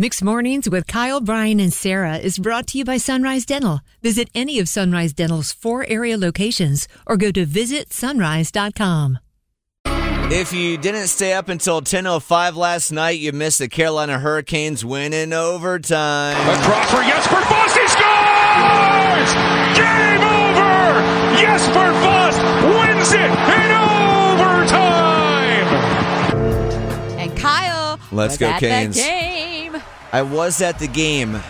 Mixed Mornings with Kyle, Brian, and Sarah is brought to you by Sunrise Dental. Visit any of Sunrise Dental's four area locations or go to visitsunrise.com. If you didn't stay up until 10:05 last night, you missed the Carolina Hurricanes win in overtime. A Crawford, Jesper Fust, he scores! Game over! Jesper Fust wins it in overtime! And Kyle. Let's was go, at that Canes. game. I was at the game.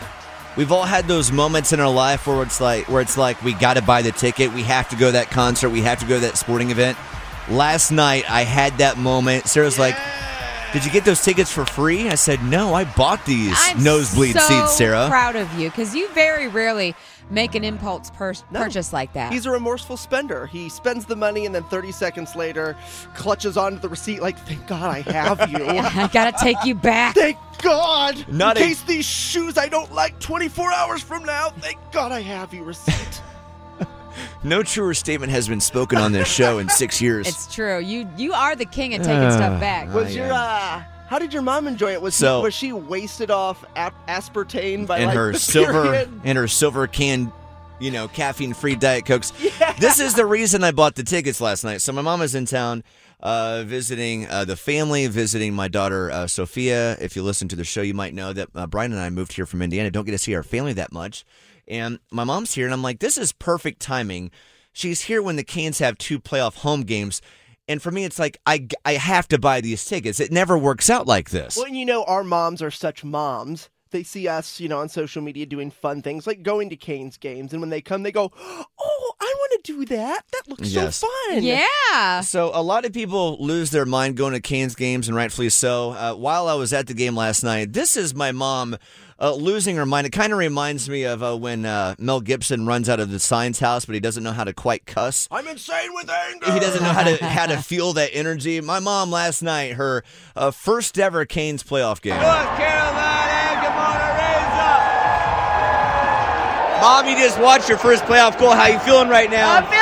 We've all had those moments in our life where it's like where it's like we got to buy the ticket, we have to go to that concert, we have to go to that sporting event. Last night I had that moment. Sarah's like, "Did you get those tickets for free?" I said, "No, I bought these I'm nosebleed so seats, Sarah." Proud of you because you very rarely make an impulse pur- purchase like that. He's a remorseful spender. He spends the money and then 30 seconds later clutches onto the receipt like, thank God I have you. I gotta take you back. thank God. Not a- In case these shoes I don't like 24 hours from now, thank God I have you, receipt. No truer statement has been spoken on this show in 6 years. It's true. You you are the king of taking stuff back. I Was your, am. uh, how did your mom enjoy it? Was, So- he, was she wasted off ap- aspartame by and like, her the silver period? and her silver can you know caffeine free diet cokes this is the reason i bought the tickets last night so my mom is in town uh, visiting uh, the family visiting my daughter uh, sophia if you listen to the show you might know that uh, brian and i moved here from indiana don't get to see our family that much and my mom's here and i'm like this is perfect timing she's here when the canes have two playoff home games and for me it's like i, I have to buy these tickets it never works out like this Well, and you know, our moms are such moms. They see us, you know, on social media doing fun things like going to Canes games. And when they come, they go, Oh, I want to do that. That looks Yes. so fun. Yeah. So a lot of people lose their mind going to Canes games, and rightfully so. Uh, while I was at the game last night, this is my mom uh, losing her mind. It kind of reminds me of uh, when uh, Mel Gibson runs out of the science house, but he doesn't know how to quite cuss. I'm insane with anger. He doesn't know how to how to feel that energy. My mom last night, her uh, first ever Canes playoff game. Mom, you just watched your first playoff goal. How you feeling right now?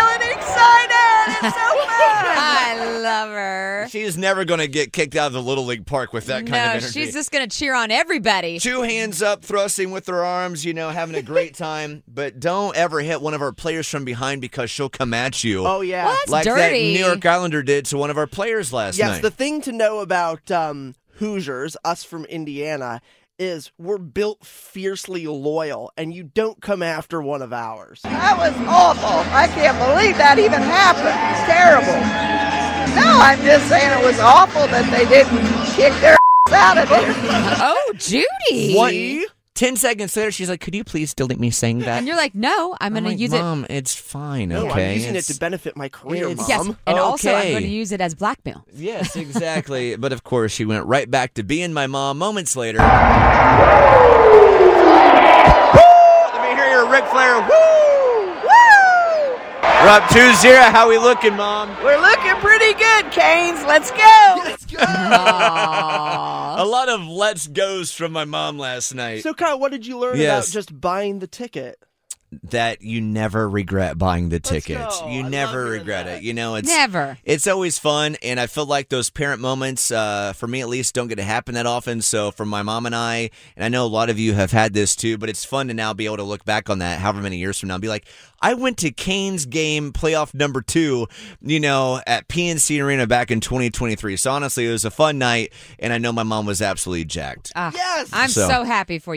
I love her. She is never going to get kicked out of the little league park with that kind of No, energy. she's just gonna cheer on everybody. two hands up, thrusting with her arms, you know, having a great time. But don't ever hit one of our players from behind because she'll come at you. Oh, yeah. Well, that's like dirty. that New York Islander did to one of our players last yes, night. the thing to know about um, Hoosiers, us from Indiana, is we're built fiercely loyal, and you don't come after one of ours. That was awful. I can't believe that even happened. It's terrible. No, I'm just saying it was awful that they didn't kick their out of there. oh, Judy. What? Ten seconds later, she's like, "Could you please delete me saying that?" And you're like, no, I'm gonna like, use it. Mom, it's fine. No, okay, I'm using it It's- to benefit my career, it's- Mom. Yes, and also I'm Okay. going to use it as blackmail. Yes, exactly. but of course, she went right back to being my mom moments later. Woo! Let me hear your Ric Flair. Woo! Woo! We're up 2 0. How we looking, Mom? We're looking pretty good, Canes. Let's go. Aw. A lot of let's goes from my mom last night. So, Kyle, what did you learn Yes. about just buying the ticket? that you never regret buying the Let's ticket. go. You I never love hearing regret that. it. You know, it's Never. It's always fun, and I feel like those parent moments, uh, for me at least, don't get to happen that often. So, for my mom and I, and I know a lot of you have had this too, but it's fun to now be able to look back on that, however many years from now, and be like, I went to Kane's game playoff number two, you know, at PNC Arena back in 2023. So, honestly, it was a fun night, and I know my mom was absolutely jacked. Ah, Yes. I'm So- so. happy for you.